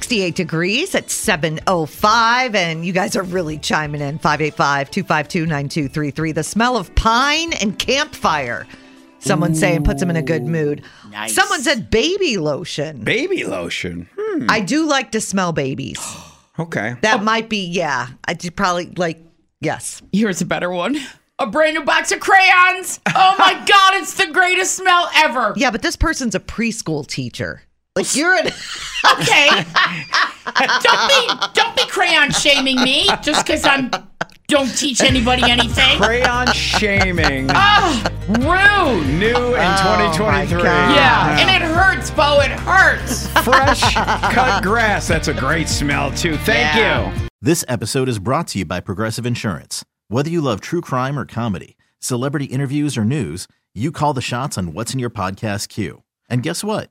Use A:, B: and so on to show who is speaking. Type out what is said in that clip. A: 68 degrees at 7.05. And you guys are really chiming in 585 252 9233. The smell of pine and campfire, someone saying, puts them in a good mood.
B: nice.
A: Someone said baby lotion.
C: Baby lotion. Hmm.
A: I do like to smell babies.
C: Okay.
A: That might be, yeah. I did probably like, yes.
B: Here's a better one. A brand new box of crayons. Oh my God, it's the greatest smell ever.
A: Yeah, but this person's a preschool teacher. Like you're an
B: Okay. don't be don't be crayon shaming me just because I'm don't teach anybody anything.
C: Crayon shaming.
B: Oh, rude.
C: New in 2023.
B: Yeah, and it hurts, Bo. It hurts.
C: Fresh cut grass. That's a great smell, too. Thank
B: Yeah.
C: you.
D: This episode is brought to you by Progressive Insurance. Whether you love true crime or comedy, celebrity interviews or news, you call the shots on what's in your podcast queue. And guess what?